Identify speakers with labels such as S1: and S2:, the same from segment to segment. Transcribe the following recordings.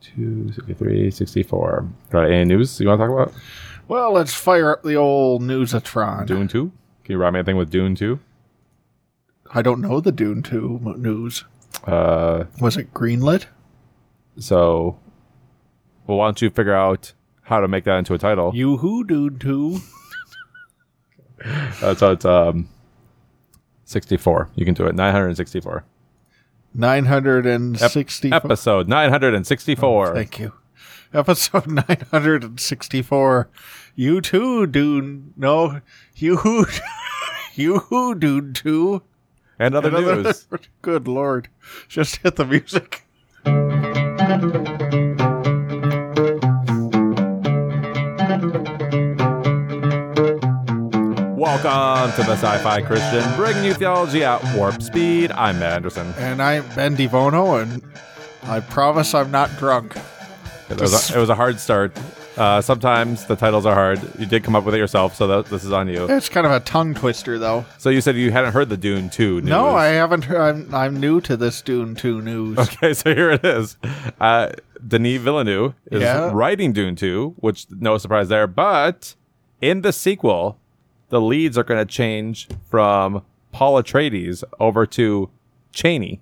S1: 62, 63, 64. All right, any news you want to talk about?
S2: Well, let's fire up the old Newsatron.
S1: Dune 2? Can you rob me anything with Dune 2?
S2: I don't know the Dune 2 mo- news.
S1: Uh,
S2: Was it greenlit?
S1: so, well, why don't you figure out how to make that into a title?
S2: You who Dune 2?
S1: Uh, so it's um, 64. You can do it. 964.
S2: 964.
S1: Episode 964.
S2: Thank you. Episode 964. You too, Dune. No, you who. You who, Dune 2?
S1: and other
S2: Another-
S1: news.
S2: Good lord. Just hit the music.
S1: Welcome to the Sci Fi Christian, bringing you theology at warp speed. I'm Matt Anderson.
S2: And I'm Ben Divono, and I promise I'm not drunk.
S1: It was a, it was a hard start. Uh, sometimes the titles are hard. You did come up with it yourself, so that, this is on you.
S2: It's kind of a tongue twister, though.
S1: So you said you hadn't heard the Dune 2 news.
S2: No, I haven't. heard- I'm, I'm new to this Dune 2 news.
S1: Okay, so here it is. Uh, Denis Villeneuve is
S2: Yeah.
S1: writing Dune 2, which no surprise there, but in the sequel, the leads are going to change from Paul Atreides over to Cheney.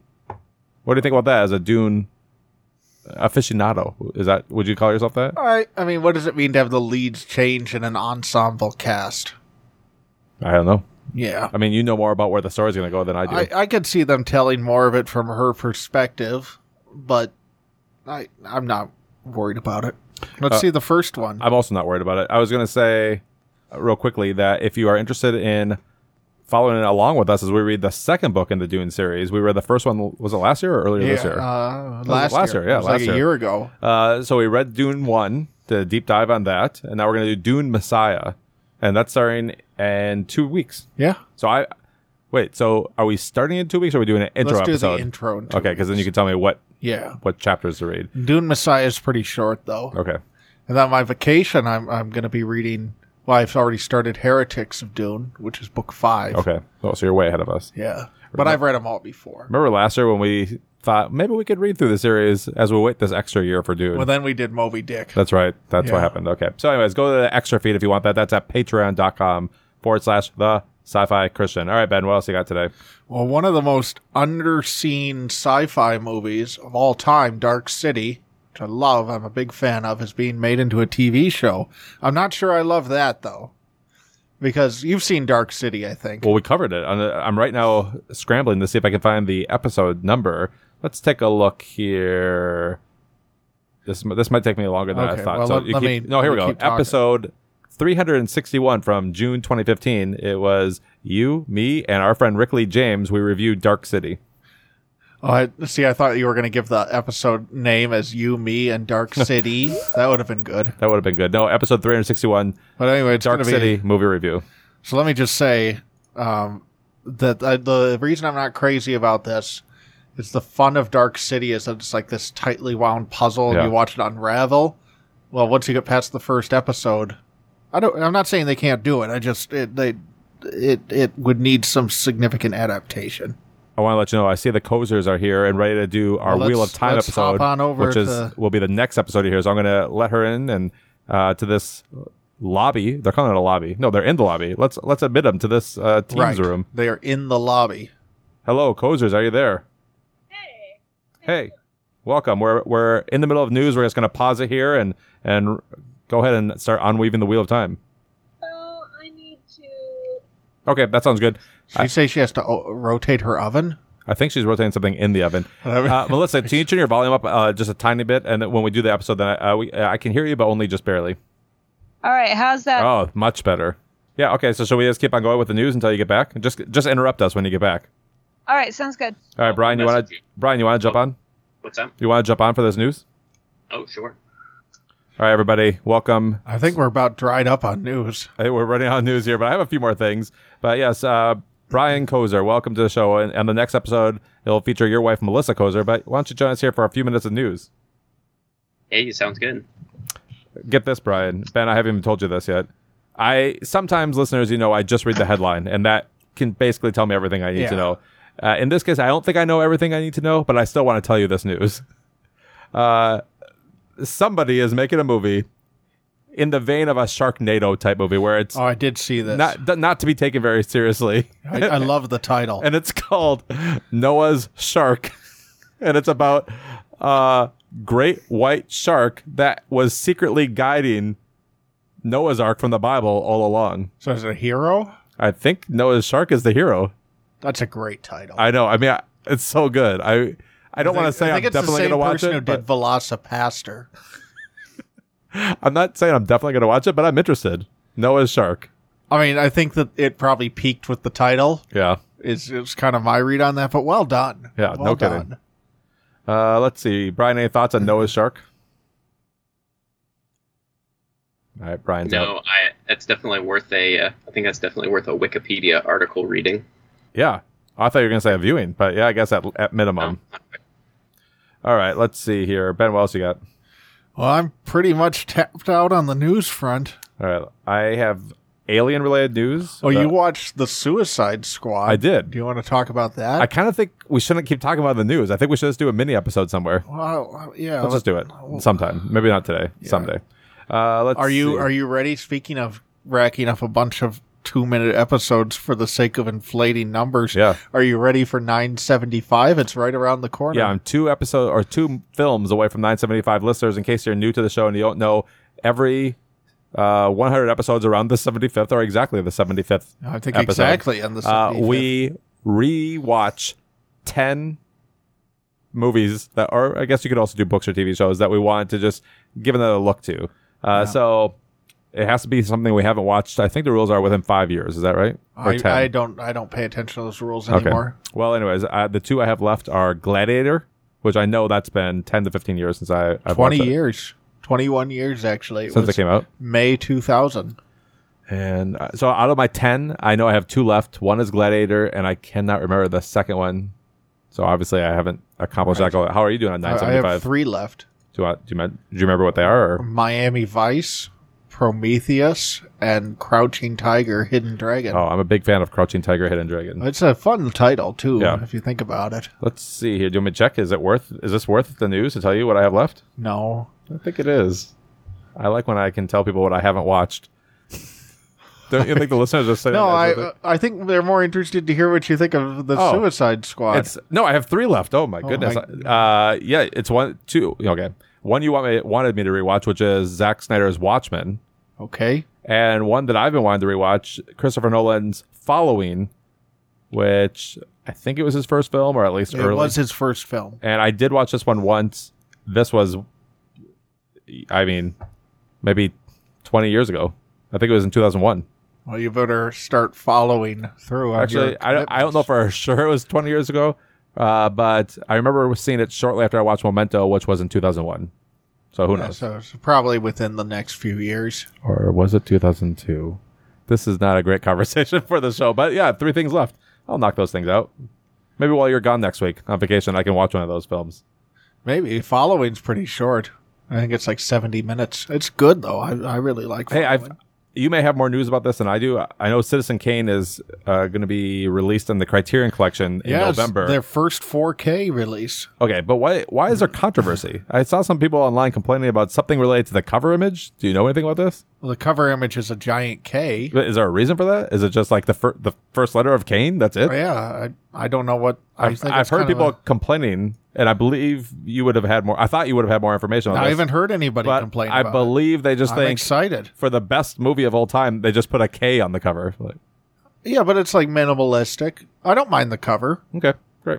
S1: What do you think about that as a Dune aficionado? Is that would you call yourself that?
S2: I, I mean, what does it mean to have the leads change in an ensemble cast?
S1: I don't know.
S2: Yeah.
S1: I mean, you know more about where the story's going to go than I do.
S2: I, I could see them telling more of it from her perspective, but I I'm not worried about it.
S1: Uh,
S2: Let's see the first one.
S1: I'm also not worried about it. I was going to say uh, real quickly that if you are interested in following along with us as we read the second book in the Dune series, we read the first one was it last year or earlier this year? Oh,
S2: uh, last,
S1: last
S2: year,
S1: year, yeah,
S2: it was
S1: last
S2: like
S1: year.
S2: a year ago.
S1: Uh, so we read Dune one, the deep dive on that, and now we're going to do Dune Messiah, and that's starting in two weeks.
S2: Yeah,
S1: So I wait. So are we starting in two weeks? or Are we doing an intro
S2: let's do
S1: episode?
S2: the intro. and-
S1: okay, because then you can tell me what
S2: yeah,
S1: what chapters to read.
S2: Dune Messiah is pretty short though,
S1: Okay.
S2: and on my vacation, I'm I'm going to be reading. Well, I've already started Heretics of Dune, which is book five.
S1: Okay. Oh, so you're way ahead of us.
S2: Yeah, but I've read them all before.
S1: Remember last year when we thought maybe we could read through the series as we wait this extra year for Dune?
S2: Well, then we did Moby Dick.
S1: That's right. That's what
S2: Yeah.
S1: happened. Okay. So, anyways, go to the extra feed if you want that. That's at patreon.com forward slash the sci fi Christian. All right, Ben, what else you got today?
S2: Well, one of the most underseen sci-fi movies of all time, Dark City, which I love, I'm a big fan of, is being made into a TV show. I'm not sure I love that though, because you've seen Dark City, I think.
S1: Well, we covered it. I'm, I'm right now scrambling to see if I can find the episode number. Let's take a look here. This m- this might take me longer than I
S2: Okay,
S1: thought.
S2: well,
S1: so
S2: let-
S1: you
S2: let
S1: keep-
S2: me-
S1: no, here we
S2: let me
S1: go.
S2: keep talking.
S1: Episode 361 from June 2015. It was you, me, and our friend Rickley James. We reviewed Dark City.
S2: Oh, I, see, I thought you were going to give the episode name as "You, Me, and Dark City." that would have been good.
S1: That would have been good. No, episode 361,
S2: But anyway, it's
S1: Dark
S2: gonna be-
S1: City movie review.
S2: So let me just say um, that uh, the reason I'm not crazy about this is the fun of Dark City is that it's like this tightly wound puzzle. and
S1: Yeah.
S2: You watch it unravel. Well, once you get past the first episode, I don't. I'm not saying they can't do it. I just it, they it it would need some significant adaptation.
S1: I want to let you know. I see the Cozers are here and ready to do our
S2: Well,
S1: Wheel of
S2: let's-
S1: Time
S2: let's
S1: episode,
S2: hop on over
S1: which is
S2: to-
S1: will be the next episode here. So I'm going to let her in and uh, to this lobby. They're calling it a lobby. No, they're in the lobby. Let's let's admit them to this uh, teams room.
S2: They are in the lobby.
S1: Hello, Cozers, are you there?
S3: Hey.
S1: Hey, welcome. We're we're in the middle of news. We're just going to pause it here and and go ahead and start unweaving the Wheel of Time.
S3: So I need to.
S1: Okay, that sounds good.
S2: She says she has to o- rotate her oven.
S1: I think she's rotating something in the oven. Uh, Melissa, can you turn your volume up uh, just a tiny bit? And then when we do the episode, then I, uh, we, I can hear you, but only just barely.
S3: All right. How's that?
S1: Oh, much better. Yeah. Okay. So, shall we just keep on going with the news until you get back? Just, just interrupt us when you get back.
S3: All right. Sounds good.
S1: All right, Brian. You want to,
S4: Message.
S1: Brian? You want to jump on?
S4: What's up?
S1: You want to jump on for this news?
S4: Oh, sure.
S1: All right, everybody. Welcome.
S2: I think we're about dried up on news.
S1: I think we're running out of news here, but I have a few more things. But yes, uh, Brian Kozer, welcome to the show. And, and the next episode, it'll feature your wife, Melissa Kozer. But why don't you join us here for a few minutes of news?
S4: Hey, sounds good.
S1: get this, Brian. Ben, I haven't even told you this yet. I sometimes listeners, you know, I just read the headline, and that can basically tell me everything I need to
S2: Yeah.
S1: know. Uh, in this case, I don't think I know everything I need to know, but I still want to tell you this news. Uh, somebody is making a movie in the vein of a Sharknado type movie where it's
S2: Oh, I did see this.
S1: not d- not to be taken very seriously,
S2: I, I love the title.
S1: and it's called Noah's Shark, and it's about a great white shark that was secretly guiding Noah's Ark from the Bible all along.
S2: So is it a hero?
S1: I think Noah's Shark is the hero.
S2: That's a great title.
S1: I know. I mean, I, it's so good. I I don't
S2: I
S1: want to
S2: think-
S1: say
S2: I
S1: I'm
S2: think it's
S1: definitely
S2: the
S1: going to
S2: same
S1: watch
S2: person
S1: it.
S2: who
S1: but-
S2: did Velocipaster.
S1: I'm not saying I'm definitely going to watch it, but I'm interested. Noah's Shark.
S2: I mean, I think that it probably peaked with the title.
S1: Yeah.
S2: Is it's kind of my read on that, but well done.
S1: Yeah,
S2: well
S1: no kidding. Uh, let's see. Brian, any thoughts on Noah's Shark? All right, Brian's out.
S4: No, I. That's definitely worth a. Uh, I think that's definitely worth a Wikipedia article reading.
S1: Yeah. Oh, I thought you were going to say a viewing, but yeah, I guess at, at minimum. All right, let's see here. Ben, what else you got?
S2: Well, I'm pretty much tapped out on the news front.
S1: All right. I have alien related news.
S2: Oh,
S1: Uh,
S2: you watched the Suicide Squad?
S1: I did.
S2: Do you want to talk about that?
S1: I kind of think we shouldn't keep talking about the news. I think we should just do a mini episode somewhere.
S2: well, yeah.
S1: Let's just do it sometime. Maybe not today. Someday. Uh, let's
S2: Are you
S1: see.
S2: are you ready? Speaking of racking up a bunch of two minute episodes for the sake of inflating numbers,
S1: Yeah.
S2: Are you ready for 975? It's right around the corner.
S1: Yeah, I'm two episodes or two films away from 975 listeners. In case you're new to the show and you don't know, every uh, 100 episodes around the 75th are exactly the 75th.
S2: I think
S1: Episode.
S2: exactly. On the
S1: Uh,
S2: 75th.
S1: we rewatch 10 movies that are, I guess you could also do books or TV shows that we wanted to just give another look to. Uh, So it has to be something we haven't watched. I think the rules are within five years. Is that right?
S2: I, I don't I don't pay attention to those rules anymore.
S1: Well, anyways, uh, the two I have left are Gladiator, which I know that's been 10 to 15 years since I, I've watched
S2: 20
S1: it,
S2: years. 21 years actually. It
S1: since
S2: was
S1: it came out.
S2: May 2000.
S1: And uh, so out of my 10, I know I have two left. One is Gladiator, and I cannot remember the second one. So obviously, I haven't accomplished that goal. How are you doing on
S2: I, I have
S1: 975?
S2: three left.
S1: do, you, want- do, you, men- do you remember what they are? Or?
S2: Miami Vice, Prometheus, and Crouching Tiger, Hidden Dragon.
S1: Oh, I'm a big fan of Crouching Tiger, Hidden Dragon.
S2: It's a fun title too
S1: Yeah.
S2: if you think about it.
S1: Let's see here. Do you want me to check? Is it worth? Is this worth the news to tell you what I have left?
S2: No.
S1: I think it is. I like when I can tell people what I haven't watched. Don't you think the listeners are saying?
S2: No,
S1: that?
S2: I uh, I think they're more interested to hear what you think of the
S1: Oh.
S2: Suicide Squad.
S1: It's no, I have three left. Oh my goodness. Uh, yeah, it's one, two. Okay, one you want me, wanted me to rewatch, which is Zack Snyder's Watchmen,
S2: okay.
S1: and one that I've been wanting to rewatch, Christopher Nolan's Following, which I think it was his first film, or at least
S2: It
S1: early.
S2: was his first film.
S1: And I did watch this one once. This was, I mean, maybe twenty years ago. I think it was in two thousand one.
S2: Well, you better start following through. On
S1: Actually,
S2: your
S1: I don't, I don't know for sure it was 20 years ago, uh, but I remember seeing it shortly after I watched Memento, which was in 2001. So who
S2: commitments.
S1: knows?
S2: Yeah, so it's probably within the next few years.
S1: Or was it 2002? This is not a great conversation for the show, but yeah, three things left. I'll knock those things out. Maybe while you're gone next week on vacation, I can watch one of those films.
S2: Maybe following's pretty short. I think it's like seventy minutes. It's good though. I, I really like.
S1: Hey, I've,
S2: Following.
S1: you may have more news about this than I do. I know Citizen Kane is uh, going to be released in the Criterion Collection in
S2: Yes,
S1: November.
S2: their first 4K release.
S1: Okay, but why why is there
S2: Mm-hmm.
S1: controversy? I saw some people online complaining about something related to the cover image. Do you know anything about this?
S2: Well, the cover image is a giant K.
S1: Is there a reason for that? Is it just like the fir- the first letter of Cain? That's it.
S2: Yeah, I, I don't know what I
S1: I've,
S2: think.
S1: I've
S2: it's
S1: heard
S2: kind of
S1: people
S2: a-
S1: complaining, and I believe you would have had more. I thought you would have had more information on
S2: I
S1: this,
S2: haven't heard anybody
S1: but
S2: complain.
S1: I
S2: about it.
S1: believe they just
S2: I'm
S1: think
S2: excited.
S1: for the best movie of all time, they just put a K on the cover. Like,
S2: Yeah, but it's like minimalistic. I don't mind the cover.
S1: okay, great.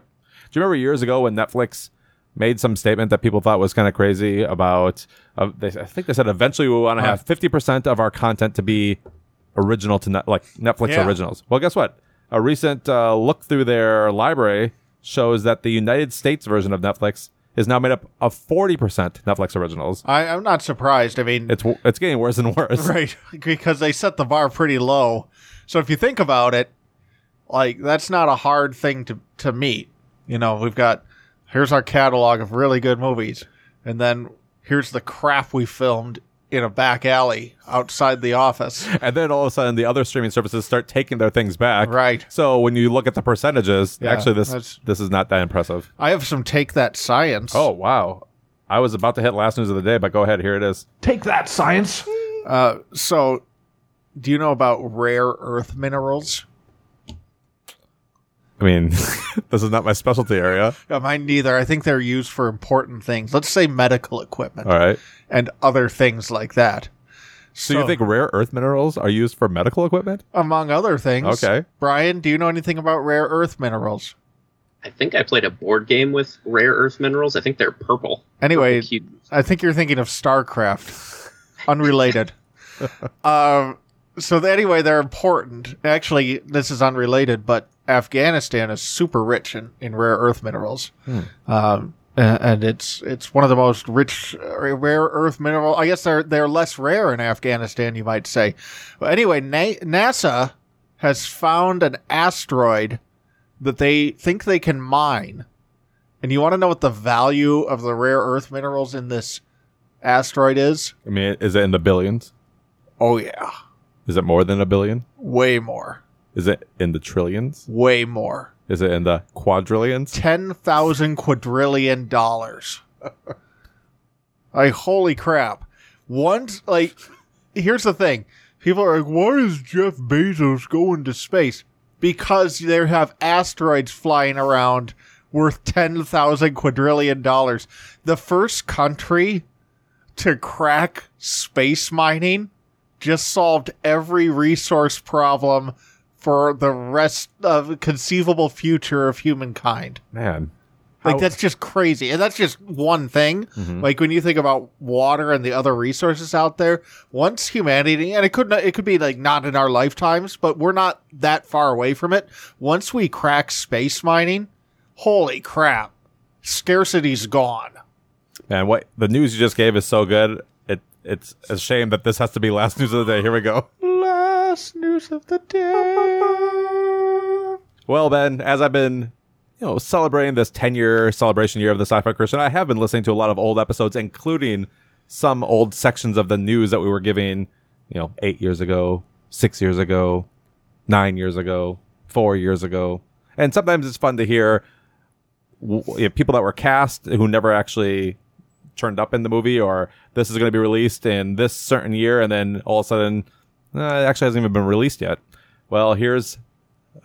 S1: Do you remember years ago when Netflix made some statement that people thought was kind of crazy about? Uh, they, I think they said eventually we want to have fifty percent of our content to be original to net, like Netflix
S2: Yeah.
S1: originals. Well, guess what? A recent uh, look through their library shows that the United States version of Netflix is now made up of forty percent Netflix originals.
S2: I, I'm not surprised. I mean,
S1: It's w- it's getting worse and worse.
S2: Right, because they set the bar pretty low. So if you think about it, like that's not a hard thing to to meet. You know, we've got here's our catalog of really good movies, and then here's the crap we filmed in a back alley outside the office.
S1: And then all of a sudden, the other streaming services start taking their things back.
S2: Right.
S1: So when you look at the percentages,
S2: Yeah,
S1: actually, this
S2: that's-
S1: this is not that impressive.
S2: I have some take that science.
S1: Oh wow! I was about to hit last news of the day, but go ahead. Here it is.
S5: Take that, science.
S2: Uh, so, do you know about rare earth minerals?
S1: I mean, this is not my specialty area.
S2: Uh, mine neither. I think they're used for important things. Let's say medical equipment
S1: All right.
S2: and other things like that.
S1: So, you think rare earth minerals are used for medical equipment?
S2: among other things?
S1: Okay.
S2: Brian, do you know anything about rare earth minerals?
S4: I think I played a board game with rare earth minerals. I think they're purple.
S2: Anyway,
S4: Cute.
S2: I think you're thinking of StarCraft. Unrelated. um, so th- anyway, they're important. Actually, this is unrelated, but Afghanistan is super rich in, in rare earth minerals,
S1: Hmm.
S2: um, a- and it's it's one of the most rich uh, rare earth mineral. I guess they're they're less rare in Afghanistan, you might say. But anyway, Na- NASA has found an asteroid that they think they can mine. And you want to know what the value of the rare earth minerals in this asteroid is?
S1: I mean, is it in the billions?
S2: Oh, yeah.
S1: Is it more than a billion?
S2: Way more.
S1: Is it in the trillions?
S2: Way more.
S1: Is it in the quadrillions?
S2: 10,000 quadrillion dollars. like, holy crap. Once, like, here's the thing people are like, why is Jeff Bezos going to space? Because they have asteroids flying around worth 10,000 quadrillion dollars. The first country to crack space mining just solved every resource problem for the rest of conceivable future of humankind.
S1: Man.
S2: Like
S1: How-
S2: that's just crazy. And that's just one thing.
S1: Mhm.
S2: Like when you think about water and the other resources out there, once humanity and it could not, it could be like not in our lifetimes, but we're not that far away from it. Once we crack space mining, holy crap. Scarcity's gone.
S1: Man, what the news you just gave is so good. It it's a shame that this has to be last news of the day. Here we go.
S5: Last news of the day.
S1: Well, Ben, as I've been, you know, celebrating this 10 year celebration year of the Sci Fi Christian, I have been listening to a lot of old episodes, including some old sections of the news that we were giving, you know, eight years ago, six years ago, nine years ago, four years ago. And sometimes it's fun to hear w- you know, people that were cast who never actually turned up in the movie, or this is going to be released in this certain year, and then all of a sudden, uh, it actually hasn't even been released yet. Well, here's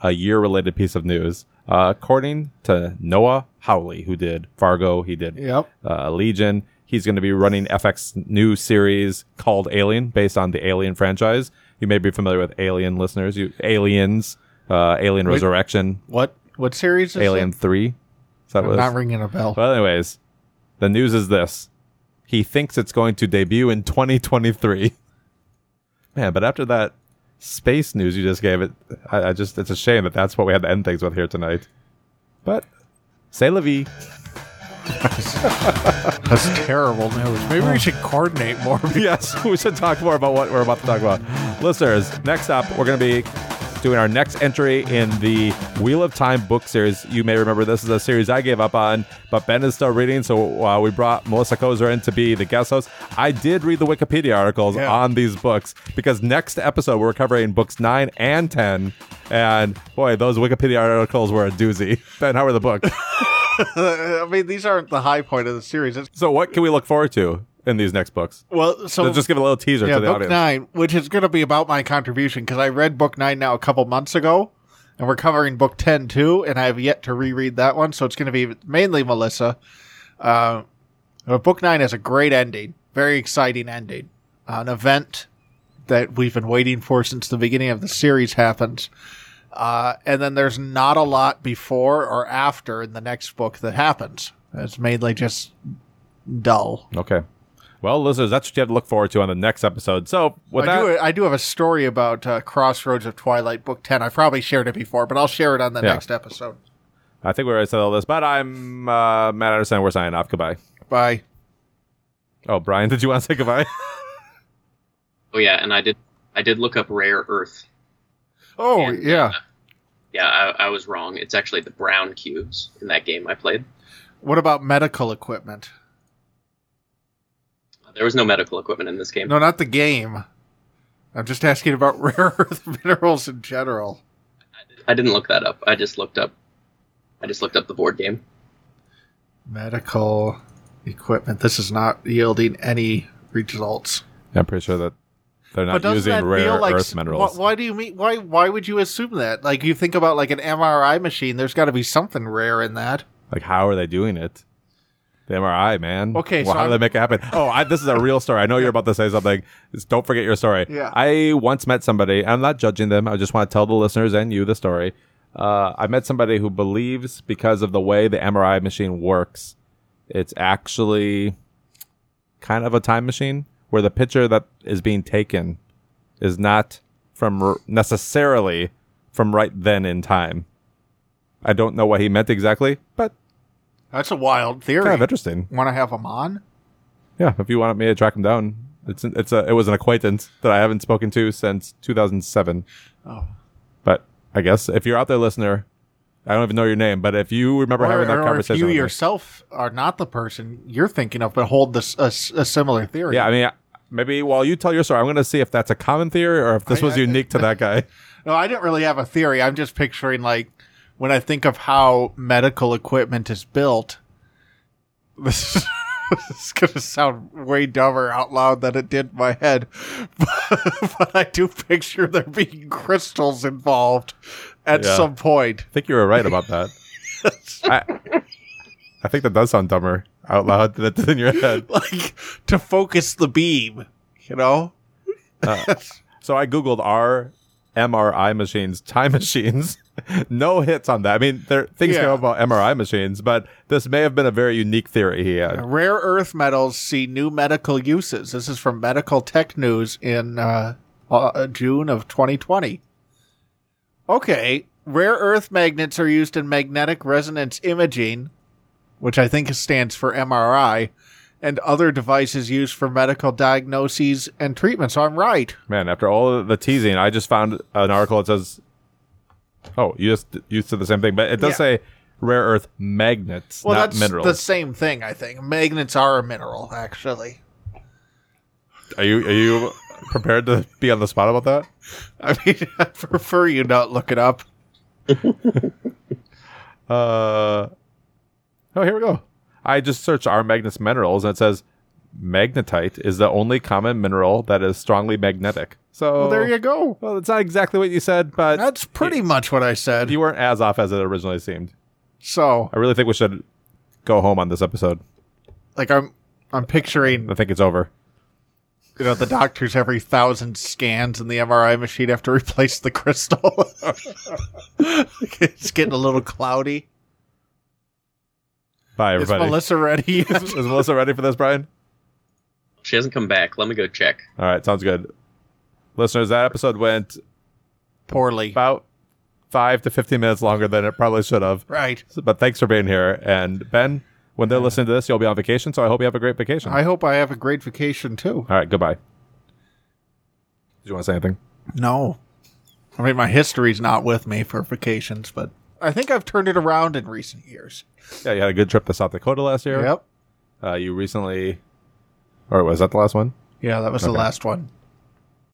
S1: a year related piece of news. Uh, according to Noah Howley, who did Fargo, he did
S2: Yep.
S1: uh, Legion. He's going to be running FX new series called Alien, based on the Alien franchise. You may be familiar with Alien listeners. You Aliens, uh, Alien
S2: Wait.
S1: Resurrection,
S2: What what series is
S1: Alien
S2: it?
S1: Three. Is that
S2: I'm
S1: what it is?
S2: not ringing a bell.
S1: Well, anyways, the news is this: he thinks it's going to debut in 2023. Man, but after that space news you just gave it, I, I just—it's a shame that that's what we had to end things with here tonight. But say la vie.
S2: That's terrible news. Maybe
S1: Oh.
S2: we should coordinate more.
S1: yes, we should talk more about what we're about to talk about. Listeners, next up, we're going to be doing our next entry in the Wheel of Time book series. You may remember this is a series I gave up on, but Ben is still reading, so uh, we brought Melissa Kozer in to be the guest host. I did read the Wikipedia articles
S2: Yeah.
S1: on these books because next episode we're covering books 9 and 10. And boy, those Wikipedia articles were a doozy. Ben, how were the books?
S2: I mean, these aren't the high point of the series. It's,
S1: so, what can we look forward to in these next books?
S2: well, so
S1: Just give a little teaser
S2: yeah,
S1: to the
S2: book
S1: audience.
S2: nine, which is going to be about my contribution because I read book nine now a couple months ago, and we're covering book ten too, and I have yet to reread that one, so it's going to be mainly Melissa. Uh, but book nine has a great ending, very exciting ending, an event that we've been waiting for since the beginning of the series happens. Uh, and then there's not a lot before or after in the next book that happens. It's mainly just dull.
S1: Okay. Well, listeners, that's what you have to look forward to on the next episode. So, with
S2: I,
S1: that,
S2: do, I do have a story about uh, Crossroads of Twilight, Book 10. I probably shared it before, but I'll share it on the
S1: Yeah.
S2: next episode.
S1: I think we already said all this, but I'm uh, Matt Anderson. We're signing off. Goodbye.
S2: Bye.
S1: Oh, Brian, did you want to say goodbye?
S4: Oh yeah, and I did. I did look up rare earth.
S2: Oh,
S4: And,
S2: yeah.
S4: Yeah, I, I was wrong. It's actually the brown cubes in that game I played.
S2: What about medical equipment?
S4: There was no medical equipment in this game.
S2: No, not the game. I'm just asking about rare earth minerals in general.
S4: I didn't look that up. I just looked up. I just looked up the board game.
S2: Medical equipment. This is not yielding any results.
S1: I'm pretty sure that they're not
S2: but doesn't
S1: using
S2: that
S1: rare
S2: feel like
S1: earth minerals.
S2: Why, why do you mean? Why? Why would you assume that? Like you think about like an MRI machine. There's got to be something rare in that.
S1: Like, how are they doing it? The MRI, man.
S2: Okay,
S1: Well,
S2: so
S1: how do they
S2: I'm-
S1: make it happen? Oh, I, this is a real story. I know you're about to say something. Just don't forget your story.
S2: Yeah.
S1: I once met somebody. I'm not judging them. I just want to tell the listeners and you the story. Uh, I met somebody who believes because of the way the MRI machine works, it's actually kind of a time machine where the picture that is being taken is not from r- necessarily from right then in time. I don't know what he meant exactly, but
S2: That's a wild theory.
S1: kind of interesting.
S2: Want to have them on?
S1: Yeah, if you want me to track him down, it's it's a it was an acquaintance that I haven't spoken to since 2007.
S2: Oh.
S1: But I guess if you're out there, listener, I don't even know your name, but if you remember
S2: Or,
S1: having that
S2: or
S1: conversation,
S2: if
S1: with
S2: you
S1: me-
S2: yourself are not the person you're thinking of, but hold this a, s- a similar theory.
S1: yeah, I mean. I- Maybe while you tell your story, I'm going to see if that's a common theory or if this
S2: I-
S1: was
S2: I-
S1: unique to that guy.
S2: No, I didn't really have a theory. I'm just picturing like when I think of how medical equipment is built. This is, this is gonna sound way dumber out loud than it did in my head, but, but I do picture there being crystals involved at
S1: Yeah.
S2: some point.
S1: I think you were right about that. I, I think that does sound dumber out loud than it did in your head.
S2: like to focus the beam, you know?
S1: So I googled are MRI machines time machines. no hits on that. I mean, there things
S2: Yeah.
S1: go about MRI machines, but this may have been a very unique theory he had.
S2: Rare earth metals see new medical uses. This is from Medical Tech News in uh, uh, June of 2020. Okay, rare earth magnets are used in magnetic resonance imaging, which I think stands for MRI, and other devices used for medical diagnoses and treatment. So I'm right.
S1: Man, after all the teasing, I just found an article that says, "Oh, you just you said the same thing," but it does
S2: Yeah.
S1: say rare earth magnets,
S2: Well,
S1: not
S2: that's
S1: minerals.
S2: the same thing, I think. Magnets are a mineral, actually.
S1: Are you are you prepared to be on the spot about that?
S2: I mean, I prefer you not look it up.
S1: Uh, oh, here we go. I just searched our Magnus minerals and it says magnetite is the only common mineral that is strongly magnetic. So
S2: Well, there you go.
S1: Well, that's not exactly what you said, but
S2: That's pretty much what I said.
S1: you weren't as off as it originally seemed.
S2: So,
S1: I really think we should go home on this episode.
S2: like, I'm I'm picturing
S1: I think it's over.
S2: you know the doctors every thousand scans in the MRI machine have to replace the crystal. it's getting a little cloudy.
S1: Bye,
S2: Is
S1: everybody.
S2: Melissa ready?
S1: Is Melissa ready for this, Brian?
S4: She hasn't come back. Let me go check.
S1: All right, sounds good. Listeners, that episode went
S2: Poorly.
S1: about five to 15 minutes longer than it probably should have.
S2: Right.
S1: But thanks for being here. And Ben, when they're listening to this, you'll be on vacation. So I hope you have a great vacation.
S2: I hope I have a great vacation too.
S1: All right. Goodbye. Did you want to say anything?
S2: No. I mean, my history's not with me for vacations, but I think I've turned it around in recent years.
S1: Yeah, you had a good trip to South Dakota last year.
S2: Yep.
S1: Uh, you recently, or was that the last one?
S2: Yeah, that was the
S1: Okay.
S2: last one.